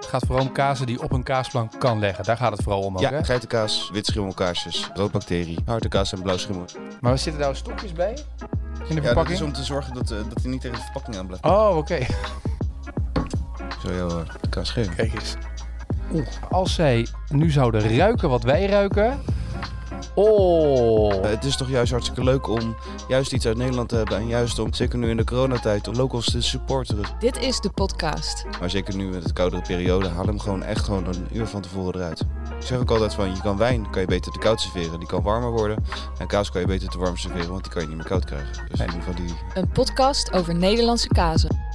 gaat vooral om kazen die op een kaasplank kan leggen. Daar gaat het vooral om ook, hè? Ja, geitenkaas, wit schimmelkaasjes, roodbacterie, harde kaas en blauw schimmel. Maar er zitten daar stokjes bij in de Ja, dat verpakking? is om te zorgen dat, eh, dat hij niet tegen de verpakking aan blijft. Oh, oké. Zo heel eh, de kaas geven. Kijk eens. Oeh, als zij nu zouden ruiken wat wij ruiken. Oh. Eh, het is toch juist hartstikke leuk om juist iets uit Nederland te hebben. En juist om, zeker nu in de coronatijd, om locals te supporteren. Dit is de podcast. Maar zeker nu met het koudere periode, haal hem gewoon echt gewoon een uur van tevoren eruit. Ik zeg ook altijd van, je kan wijn, kan je beter te koud serveren. Die kan warmer worden. En kaas kan je beter te warm serveren, want die kan je niet meer koud krijgen. Dus in ieder geval die... Een podcast over Nederlandse kazen.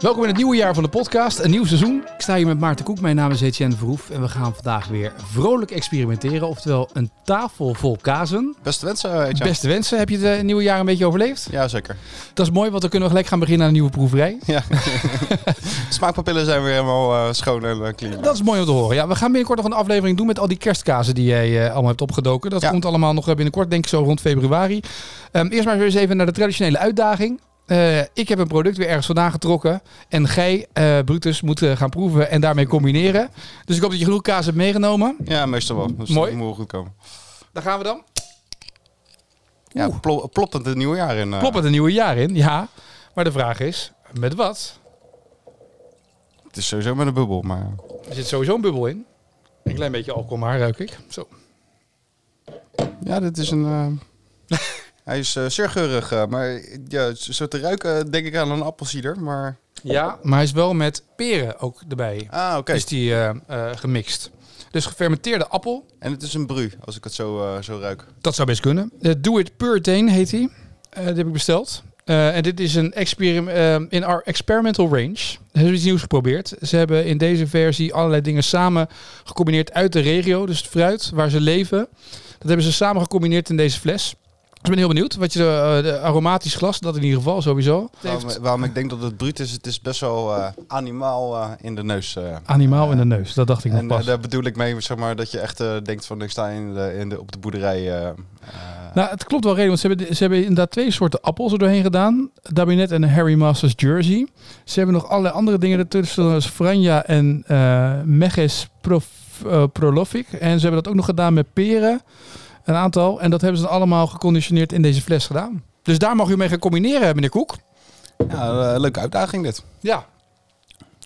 Welkom in het nieuwe jaar van de podcast, een nieuw seizoen. Ik sta hier met Maarten Koek, mijn naam is Etienne Verhoef en we gaan vandaag weer vrolijk experimenteren, oftewel een tafel vol kazen. Beste wensen, Eetje. Beste wensen, heb je het eh, nieuwe jaar een beetje overleefd? Ja, zeker. Dat is mooi, want dan kunnen we gelijk gaan beginnen aan een nieuwe proeverij. Ja. Smaakpapillen zijn weer helemaal eh, schoon en eh, clean. Dat is mooi om te horen. Ja, we gaan binnenkort nog een aflevering doen met al die kerstkazen die jij eh, allemaal hebt opgedoken. Dat Ja. komt allemaal nog eh, binnenkort, denk ik zo rond februari. Ehm, eerst maar eens even naar de traditionele uitdaging. Eh, ik heb een product weer ergens vandaan getrokken. En gij, eh, Brutus, moet eh, gaan proeven en daarmee combineren. Dus ik hoop dat je genoeg kaas hebt meegenomen. Ja, meestal wel. Dus Mooi. dat moet wel goed komen. Daar gaan we dan. Ja, Oeh. plo- plopt het het nieuwe jaar in. eh. Klopt het een nieuwe jaar in? Ja. Maar de vraag is, met wat? Het is sowieso met een bubbel, maar... eh, Er zit sowieso een bubbel in. Een klein beetje alcohol maar, ruik ik. Zo. Ja, dit is een... eh, Hij is eh, zeer geurig, eh, maar eh, ja, zo te ruiken eh, denk ik aan een appelsieder, maar... Ja, maar hij is wel met peren ook erbij. Ah, oké. is die eh, eh, gemixt. Dus gefermenteerde appel, En het is een bru, als ik het zo, eh, zo ruik. dat zou best kunnen. De Do It Purtain heet die. Eh, die heb ik besteld. Eh, en dit is een experim eh, in our experimental range. Ze hebben iets nieuws geprobeerd. Ze hebben in deze versie allerlei dingen samen gecombineerd uit de regio. Dus het fruit waar ze leven. Dat hebben ze samen gecombineerd in deze fles. Dus ik ben heel benieuwd wat je eh, de aromatisch glas, dat in ieder geval sowieso. Het Waarom, heeft waarom ik denk dat het bruut is, het is best wel eh, animaal eh, in de neus. eh. animaal in de neus, dat dacht ik nog En eh, pas. daar bedoel ik mee, zeg maar, dat je echt eh, denkt van ik sta in de, in de, op de boerderij. eh, eh, Nou, het klopt wel redelijk, want ze hebben, ze hebben inderdaad twee soorten appels er doorheen gedaan. Dabinet en een Harry Masters jersey. Ze hebben nog allerlei andere dingen ertussen, zoals Franja en eh Meges Prof, eh, Prolofic. En ze hebben dat ook nog gedaan met peren, een aantal. En dat hebben ze dan allemaal geconditioneerd in deze fles gedaan. Dus daar mag u mee gaan combineren, meneer Koek. ja, eh, leuke uitdaging dit. Ja.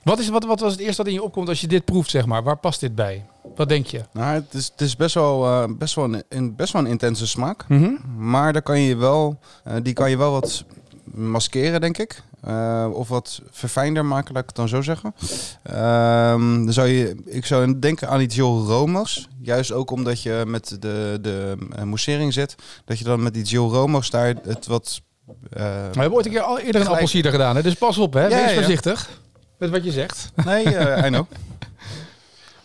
Wat, is, wat, wat was het eerste dat in je opkomt als je dit proeft, zeg maar? Waar past dit bij? Wat denk je? Nou, het is, het is best, wel, eh, best, wel een, een- best wel een intense smaak. Maar daar kan je wel, eh, die kan je wel wat maskeren, denk ik. Eh, of wat verfijnder maken, laat ik het dan zo zeggen. Ehm, dan zou je, ik zou denken aan iets heel romos. Juist ook omdat je met de, de eh, moesering zit. Dat je dan met iets heel romos daar het wat... eh, We hebben ooit een keer al eerder een Gelijk. appelsieder gedaan, hè? dus pas op, hè? Ja, Wees ja. voorzichtig met wat je zegt. Nee, eh I know.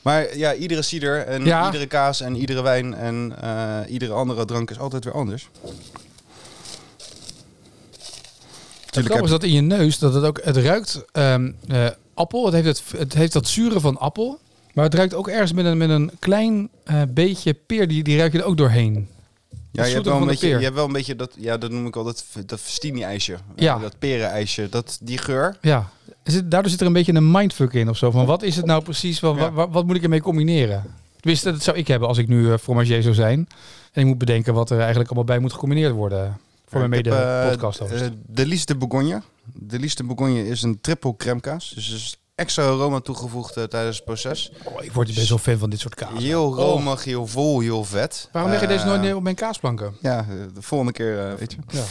Maar ja, iedere cider en Ja. iedere kaas en iedere wijn en eh, iedere andere drank is altijd weer anders. Het heb grappige is dat in je neus dat het ook het ruikt ehm, eh, appel. Het heeft, het, het heeft dat zure van appel, maar het ruikt ook ergens met een, met een klein eh, beetje peer. Die, die ruik je er ook doorheen. Ja, je zoeter hebt, wel van een de beetje, peer. je hebt wel een beetje dat, ja, dat noem ik al dat, dat festini-ijsje. Eh, Ja. Dat perenijsje, dat, die geur. Ja, Er zit- daardoor zit er een beetje een mindfuck in of zo. Van wat is het nou precies? Wat, Ja. wa- wa- wat, moet ik ermee combineren? Tenminste, dat zou ik hebben als ik nu eh, fromagier zou zijn. En ik moet bedenken wat er eigenlijk allemaal bij moet gecombineerd worden. Voor mijn Ik heb, eh, mede-podcast. eh, De Lies de Bourgogne. De Lies de Bourgogne is een triple crème kaas. Dus er is extra aroma toegevoegd eh, tijdens het proces. Oh, ik word best wel fan van dit soort kaas. Heel romig, heel vol, heel vet. Waarom leg je deze nooit Eh, neer op mijn kaasplanken? Ja, eh, de volgende keer, eh, weet je. Ja.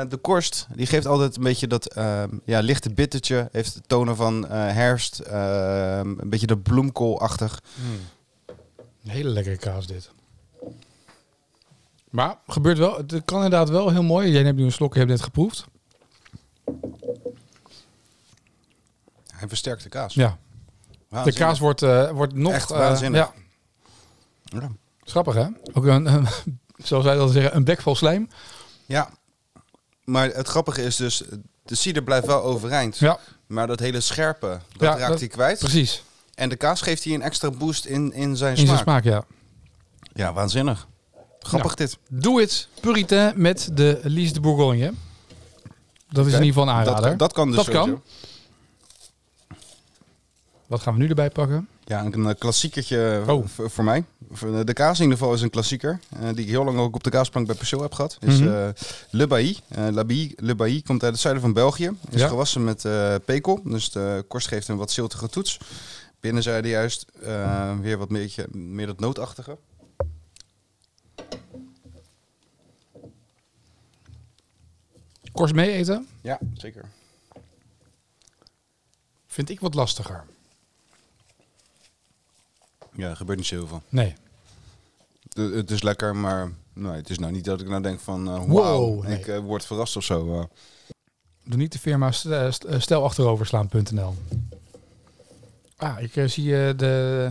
Eh, de korst, die geeft altijd een beetje dat ehm, ja, lichte bittertje. Heeft de tonen van eh, herfst. ehm, een beetje dat bloemkoolachtig. Een hele lekkere kaas dit. Maar gebeurt wel, het kan inderdaad wel heel mooi. Jij hebt nu een slok, je hebt net geproefd. Hij versterkt de kaas. Ja, de Waanzinnig. kaas wordt, eh, wordt nog... Echt eh, waanzinnig. ja, grappig hè? Ook een, eh, zoals wij dat zeggen, een bek vol slijm. Ja. Maar het grappige is dus, de cider blijft wel overeind. Ja, Maar dat hele scherpe, dat Ja, raakt dat- hij kwijt. precies. En de kaas geeft hij een extra boost in, in zijn In smaak. zijn smaak, ja. Ja, waanzinnig. Grappig dit. Doe het, Puritain met de Lies de Bourgogne. Dat is Oké. in ieder geval een aanrader. Dat, dat kan dus Dat kan. sowieso. Wat gaan we nu erbij pakken? Ja, een eh, klassiekertje eh, Oh. v- voor mij. Voor, eh, De kaas in ieder geval is een klassieker. eh, die ik heel lang ook op de kaasplank bij Perceel heb gehad. Is Mhm. eh, Le Bailly. Eh, La Bailly- Le Bailly komt uit het zuiden van België. Is Ja. gewassen met eh, pekel. Dus de korst geeft een wat ziltige toets. Binnenzijde juist eh, weer wat beetje, meer dat nootachtige. Korst mee eten? Ja, zeker. Vind ik wat lastiger. Ja, er gebeurt niet zo heel veel. Nee. De- Eh, het is lekker, maar nee, het is nou niet dat ik nou denk van... eh, Wow, wauw, nee. ik eh, word verrast of zo. eh. Doe niet de firma st- eh, st- eh, stelachteroverslaan.nl. Ah, ik eh, zie eh, de,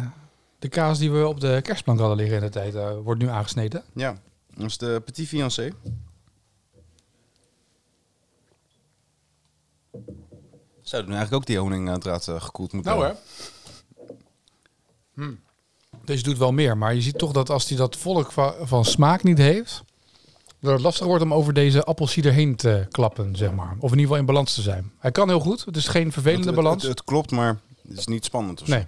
de kaas die we op de kerstplank hadden liggen in de tijd, eh, wordt nu aangesneden. ja, dat is de Petit Fiancé. Zouden we eigenlijk ook die honingdraad eh, gekoeld moeten Nou, hebben? Hm. Deze doet wel meer, maar je ziet toch dat als hij dat volk va- van smaak niet heeft, dat het lastig wordt om over deze appelsieder heen te klappen, zeg maar. Of in ieder geval in balans te zijn. Hij kan heel goed, het is geen vervelende het, balans. Het, het klopt, maar het is niet spannend of zo. nee.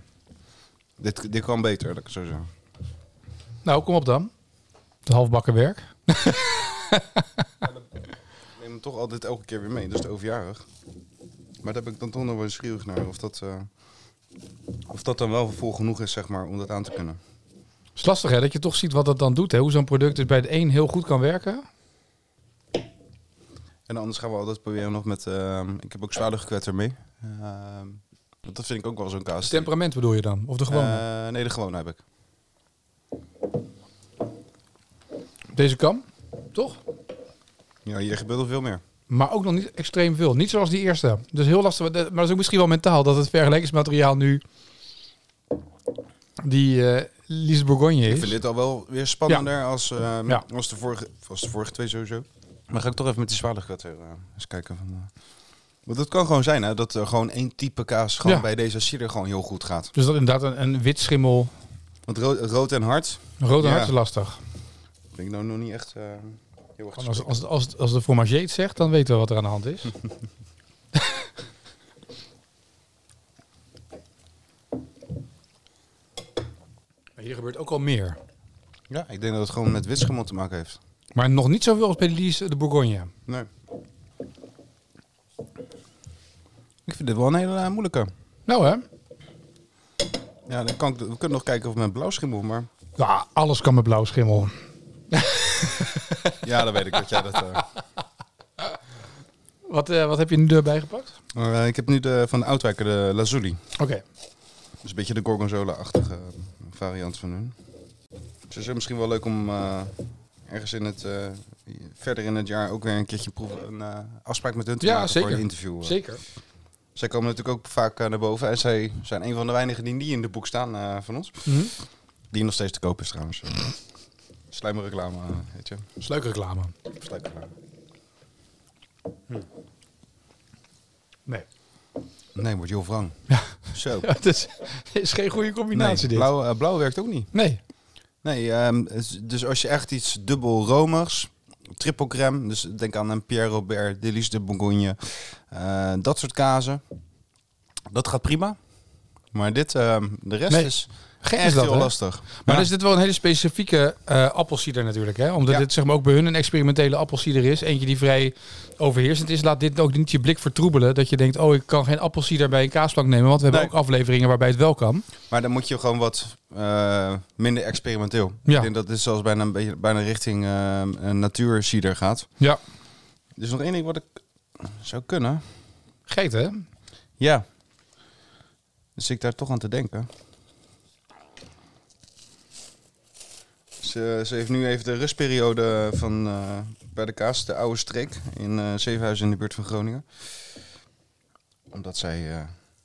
Dit, dit kan beter, dat ik het zo zeggen. Nou, kom op dan. Het halfbakken werk. Ik neem hem toch altijd elke keer weer mee, dat is het overjarig. Maar daar ben ik dan toch nog wel nieuwsgierig naar. Of dat, eh, of dat dan wel vol genoeg is, zeg maar, om dat aan te kunnen. Het is lastig hè, dat je toch ziet wat dat dan doet. Hè? Hoe zo'n product dus bij de een heel goed kan werken. En anders gaan we altijd proberen nog met... ehm, ik heb ook zwaluwgekwetter mee. Ehm, want dat vind ik ook wel zo'n kaas. Het temperament bedoel je dan? Of de gewone? Eh, nee, de gewone heb ik. Deze kan, toch? Ja, hier gebeurt al veel meer. Maar ook nog niet extreem veel. Niet zoals die eerste. Dus heel lastig. Maar dat is ook misschien wel mentaal dat het vergelijkingsmateriaal nu die eh Lise Bourgogne Ik is. vind dit al wel weer spannender als, ehm, Ja. als, de vorige, als de vorige twee sowieso. Maar ga ik toch even met die zwaluwgekwetter eh, eens kijken. Van, eh. Want het kan gewoon zijn hè, dat er gewoon één type kaas gewoon Ja. bij deze cider gewoon heel goed gaat. Dus dat inderdaad een, een wit schimmel, Want rood, rood en hard een rode Ja. hart is lastig. ben ik nou nog niet echt eh, heel erg Als, gesproken. als, als, als de fromager het zegt, dan weten we wat er aan de hand is. Maar Hier gebeurt ook al meer. Ja, ik denk dat het gewoon met witschimmel te maken heeft. Maar nog niet zoveel als bij de Lise de Bourgogne. Nee. Ik vind dit wel een hele eh, moeilijke. Nou hè? Ja, dan kan ik, we kunnen nog kijken of mijn blauw schimmel, maar... Ja, alles kan met blauw schimmel. Ja, dan weet ik dat jij dat... eh. Wat, eh, wat heb je nu erbij gepakt? Maar, eh, ik heb nu de, van de Oudwijker de Lazuli. Oké. Dat is een beetje de Gorgonzola-achtige eh, variant van hun. Dus het is misschien wel leuk om eh, ergens in het, eh, verder in het jaar ook weer een keertje proeven, een eh, afspraak met hun te Ja, maken zeker. voor een interview. eh. Zeker. Zij komen natuurlijk ook vaak eh, naar boven en zij zijn een van de weinigen die niet in de boek staan eh, van ons. Mhm. Die nog steeds te koop is trouwens. eh. Slijmreclame, eh, heet je. Dat is leuke reclame. Slijmreclame. Nee. Nee, wordt heel wrang. Ja. Zo. het is, het is geen goede combinatie Nee, dit. blauw, eh, blauw werkt ook niet. Nee. Nee, ehm, het- dus als je echt iets dubbel romers, triple crème, dus denk aan een Pierre Robert, Delis de Bourgogne, eh, dat soort kazen, dat gaat prima. Maar dit, ehm, de rest Nee, is Gek echt is dat, heel hè? lastig. Maar dus- Ja. is dit wel een hele specifieke eh appelsieder natuurlijk. Hè? Omdat Ja. dit zeg maar, ook bij hun een experimentele appelsieder is. Eentje die vrij overheersend is. Laat dit ook niet je blik vertroebelen. Dat je denkt, oh ik kan geen appelsieder bij een kaasplank nemen. Want we hebben Nee. ook afleveringen waarbij het wel kan. Maar dan moet je gewoon wat eh, minder experimenteel. Ja. Ik denk dat dit zelfs bijna, een beetje, bijna richting eh, een natuurcider gaat. Ja. Er is nog één ding wat ik zou kunnen. Geet hè? Ja. Dus ik daar toch aan te denken. Dus, eh, Ze, ze heeft nu even de rustperiode van eh, bij de kaas, de oude streek in eh Zevenhuizen in de buurt van Groningen. Omdat zij eh,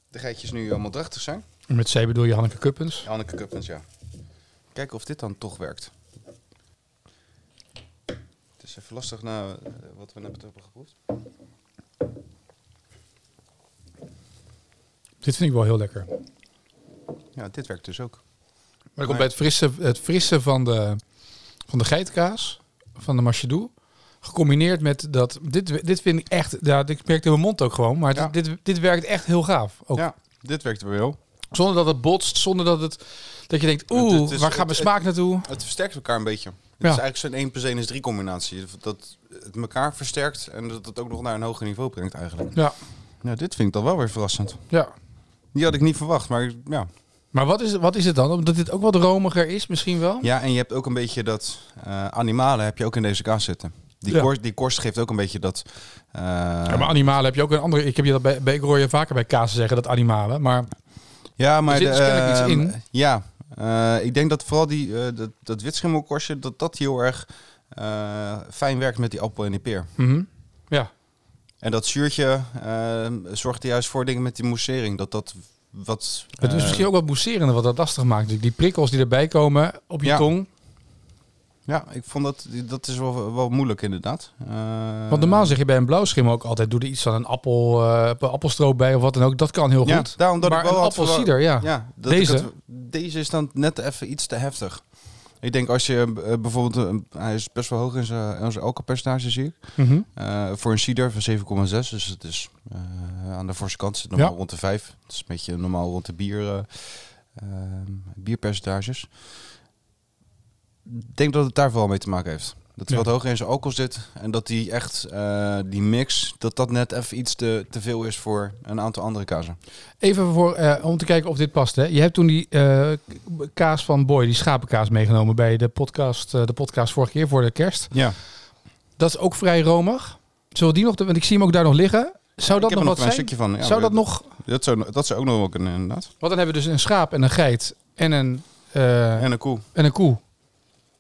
de geitjes nu allemaal drachtig zijn. Met C bedoel je Hanneke Kuppens. Anneke Cuppens, ja. Kijken of dit dan toch werkt. Het is even lastig na eh, wat we net hebben geproefd. Dit vind ik wel heel lekker. Ja, dit werkt dus ook. Maar dat komt bij het frisse, het frisse van, de, van de geitenkaas, van de machedoe. Gecombineerd met dat. Dit, dit vind ik echt. Ja, ik merkte in mijn mond ook gewoon. Maar het- Ja. dit, dit werkt echt heel gaaf. Ook. Ja, dit werkt wel. Zonder dat het botst, zonder dat, het, dat je denkt, Het- het oeh, is- waar gaat het- mijn smaak naartoe? Het versterkt elkaar een beetje. Ja. Het is eigenlijk zo'n 1 plus 1 is 3 combinatie. Dat het elkaar versterkt en dat het ook nog naar een hoger niveau brengt eigenlijk. Ja, Nou, dit vind ik dan wel weer verrassend. ja. Die had ik niet verwacht, maar ja. Maar wat is, wat is het dan? Omdat dit ook wat romiger is misschien wel? Ja, en je hebt ook een beetje dat eh, animalen heb je ook in deze kaas zitten. Die, Ja. korst, die korst geeft ook een beetje dat... eh, Ja, maar animalen heb je ook een andere... Ik, heb je dat bij, bij, ik hoor je vaker bij kaas zeggen, dat animalen. Maar Ja, maar Er zit de, dus kennelijk iets ehm, in. Ja, eh, ik denk dat vooral die, eh, dat, dat witschimmelkorstje, dat dat heel erg eh, fijn werkt met die appel en die peer. mhm. ja, En dat zuurtje ehm zorgt er juist voor dingen met die moussering. Dat dat wat... het is eh, misschien ook wat bousserende wat dat lastig maakt. natuurlijk. Die prikkels die erbij komen op je Ja. tong. Ja, ik vond dat, dat is wel, wel moeilijk inderdaad. Eh, Want normaal zeg je bij een blauwschim ook altijd... doe er iets van een appel, eh, appelstroop bij of wat dan ook. Dat kan heel ja, goed. daarom dat maar ik wel een had verwa- appelsieder, ja. Ja, dat Deze? ik het- deze is dan net even iets te heftig. Ik denk als je eh, bijvoorbeeld, eh, hij is best wel hoog in zijn in zijn alcoholpercentage zie ik. Mhm. Eh, voor een cider van 7,6, dus het is eh, aan de forse kant zit normaal Ja. rond de 5. Het is een beetje normaal rond de bier, eh, ehm, bierpercentages. Ik denk dat het daar vooral mee te maken heeft. Dat er Ja. wat hoger in zijn alcohol zit en dat die echt, eh, die mix, dat dat net even iets te, te veel is voor een aantal andere kazen. Even voor, eh, om te kijken of dit past. Hè. Je hebt toen die eh, k- kaas van Boy, die schapenkaas, meegenomen bij de podcast, eh, de podcast vorige keer voor de kerst. Ja, Dat is ook vrij romig. Zullen we die nog, want ik zie hem ook daar nog liggen. Zou dat ik nog heb er nog wat een zijn? stukje van. Ja, zou dat maar nog? Dat zou, dat zou ook nog wel kunnen, inderdaad. Want dan hebben we dus een schaap en een geit en een, eh, En een koe. en een koe.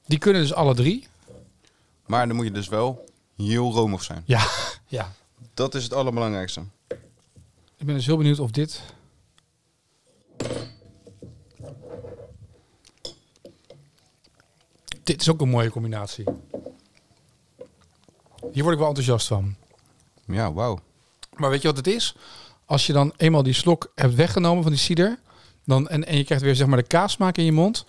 Die kunnen dus alle drie. Maar dan moet je dus wel heel romig zijn. Ja. ja. Dat is het allerbelangrijkste. Ik ben dus heel benieuwd of dit. Dit is ook een mooie combinatie. Hier word ik wel enthousiast van. Ja, wauw. Maar weet je wat het is? Als je dan eenmaal die slok hebt weggenomen van die cider, dan, en, en je krijgt weer zeg maar de kaasmaak in je mond,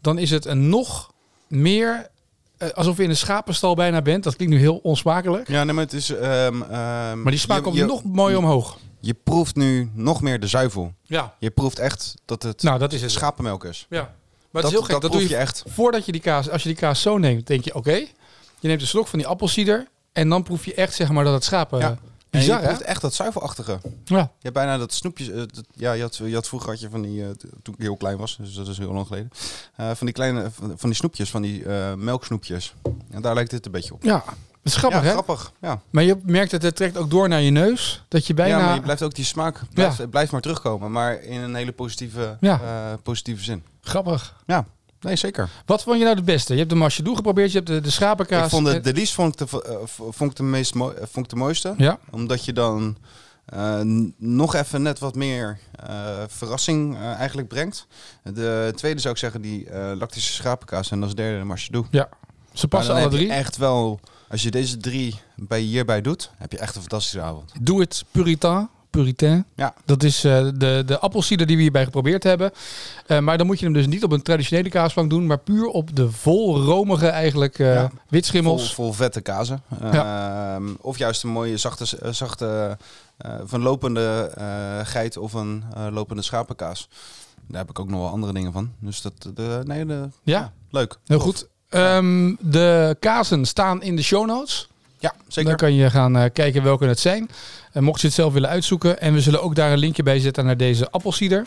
dan is het een nog meer eh, alsof je in een schapenstal bijna bent. Dat klinkt nu heel onsmakelijk, Ja, nee, maar het is... ehm, ehm, maar die smaak je- komt je- nog mooi omhoog. Je proeft nu nog meer de zuivel. Ja, Je proeft echt dat het nou dat is het. schapenmelk is. ja. Maar het dat is heel gek. Dat, dat, proef doe je, je echt. voordat je die kaas, als je die kaas zo neemt, denk je oké, je neemt een slok van die appelsieder en dan proef je echt zeg maar dat het schapen. eh, Ja. Bizar en je hè? proeft echt dat zuivelachtige. Ja. Je hebt bijna dat snoepje... eh, dat- ja, je had, je had vroeger had je van die... eh, t- toen ik heel klein was, dus dat is heel lang geleden. eh, van die kleine... Van, van die snoepjes, van die eh, melksnoepjes. En daar lijkt dit een beetje op. Ja. Dat is grappig ja, hè? grappig. Ja. Maar je merkt dat het trekt ook door naar je neus, dat je bijna. ja, maar je blijft ook die smaak... Blijft, het blijft maar terugkomen, maar in een hele positieve, Ja. eh, positieve zin. Grappig. Nee, zeker. Wat vond je nou het beste? Je hebt de machedoe geprobeerd, je hebt de, de schapenkaas. Ik vond de, en- de liefst vond ik de, vo- eh, vo- vond ik de, meest mooi, eh, vond ik de mooiste. Ja, Omdat je dan eh, n- nog even net wat meer eh, verrassing eh, eigenlijk brengt. De tweede zou ik zeggen die eh, lactische schapenkaas en als derde de marsjedoe. ze passen alle drie. Echt wel, als je deze drie bij hierbij doet, heb je echt een fantastische avond. Doe het Puritan. Puritain. Ja. Dat is eh, de, de appelsieder die we hierbij geprobeerd hebben. Eh, maar dan moet je hem dus niet op een traditionele kaasplank doen, maar puur op de volromige eigenlijk eh, Ja. Vol, witschimmels. vol vette kazen. Ehm, Of juist een mooie zachte, eh, zachte eh, van lopende eh, geit of een eh, lopende schapenkaas. Daar heb ik ook nog wel andere dingen van. Dus dat, de, nee, de, Ja, leuk. heel Tof. goed. Ehm, de kazen staan in de show notes. Ja, zeker. Dan kan je gaan eh, kijken welke het zijn. En mocht je het zelf willen uitzoeken. En we zullen ook daar een linkje bij zetten naar deze appelsieder.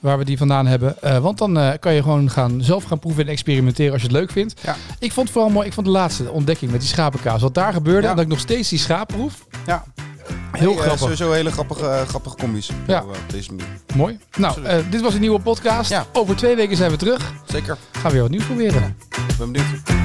Waar we die vandaan hebben. Eh, want dan eh, kan je gewoon gaan, zelf gaan proeven en experimenteren als je het leuk vindt. Ja. Ik vond het vooral mooi. Ik vond de laatste ontdekking met die schapenkaas. Wat daar gebeurde. Ja. En dat ik nog steeds die schaap proef. Ja. Heel Nee, eh, grappig. sowieso hele grappige, eh, grappige combi's. Ja. Op, eh, op deze manier. mooi. Nou, absoluut. eh, dit was een nieuwe podcast. Ja. Over twee weken zijn we terug. Zeker. Gaan we weer wat nieuws proberen. Ik ben benieuwd.